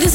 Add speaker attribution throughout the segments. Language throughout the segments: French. Speaker 1: this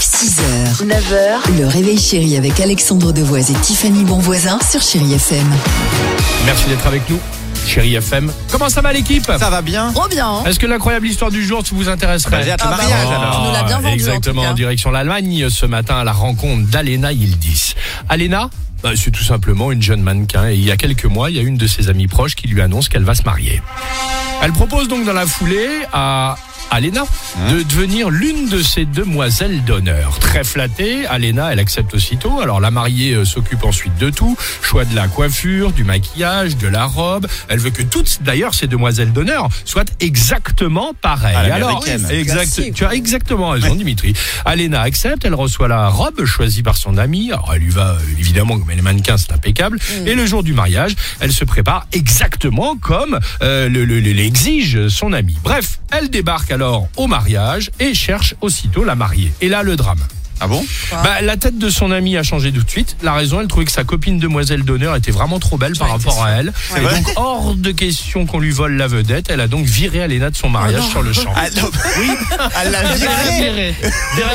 Speaker 2: 6h, 9h, le réveil chéri avec Alexandre Devoise et Tiffany Bonvoisin sur Chérie FM.
Speaker 3: Merci d'être avec nous, Chérie FM. Comment ça va l'équipe
Speaker 4: Ça va bien
Speaker 2: Trop bien
Speaker 3: Est-ce que l'incroyable histoire du jour vous intéresserait
Speaker 4: J'ai hâte le
Speaker 2: Ah bah,
Speaker 4: mariage
Speaker 2: ouais.
Speaker 4: alors.
Speaker 2: Tu nous l'as bien vendu, en
Speaker 3: Exactement,
Speaker 2: tout cas.
Speaker 3: direction l'Allemagne ce matin à la rencontre d'Alena Yildiz. Alena, bah, c'est tout simplement une jeune mannequin et il y a quelques mois, il y a une de ses amies proches qui lui annonce qu'elle va se marier. Elle propose donc dans la foulée à Alena
Speaker 4: Hein
Speaker 3: de devenir l'une de ses demoiselles d'honneur. Très flattée, Alena, elle accepte aussitôt. Alors la mariée euh, s'occupe ensuite de tout, choix de la coiffure, du maquillage, de la robe. Elle veut que toutes, d'ailleurs, ces demoiselles d'honneur soient exactement pareilles.
Speaker 4: À
Speaker 3: Alors,
Speaker 4: l'américaine.
Speaker 3: exact, tu as exactement raison, Dimitri. Alena accepte, elle reçoit la robe choisie par son ami. Alors, elle lui va, euh, évidemment, comme elle est mannequin, c'est impeccable. Et le jour du mariage, elle se prépare exactement comme euh, le- le- le- l'exige son ami. Bref, elle débarque alors au mariage et cherche aussitôt la mariée. Et là, le drame.
Speaker 4: Ah bon
Speaker 3: Bah, la tête de son amie a changé tout de suite. La raison, elle trouvait que sa copine demoiselle d'honneur était vraiment trop belle par rapport à elle. Et
Speaker 4: vrai
Speaker 3: donc, hors de question qu'on lui vole la vedette, elle a donc viré Alena de son mariage sur le champ.
Speaker 4: Ah non, oui Elle l'a viré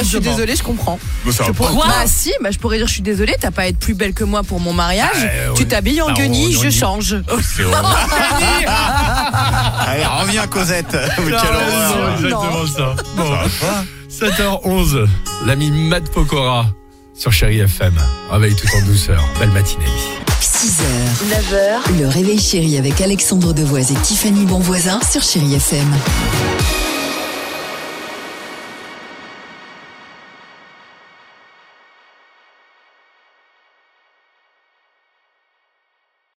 Speaker 2: Je suis désolée, je comprends.
Speaker 4: Bon, ça va pas.
Speaker 2: Bah si, bah, je pourrais dire je suis désolée, t'as pas à être plus belle que moi pour mon mariage.
Speaker 3: Ah, euh,
Speaker 2: tu
Speaker 3: oui.
Speaker 2: t'habilles en
Speaker 3: Ah, on-
Speaker 2: guenille,
Speaker 3: on
Speaker 2: je
Speaker 3: dit-
Speaker 2: change.
Speaker 3: C'est horrible.
Speaker 4: Allez, reviens Cosette Oui,
Speaker 3: Ah,
Speaker 4: Quelle horreur
Speaker 3: c'est exactement ça. Bon.
Speaker 4: va.
Speaker 3: 7h11, l'ami Matt Pokora sur Chéri FM. Réveille tout en douceur. Belle matinée.
Speaker 2: 6h, 9h, le réveil chéri avec Alexandre Devoise et Tiffany Bonvoisin sur Chérie FM.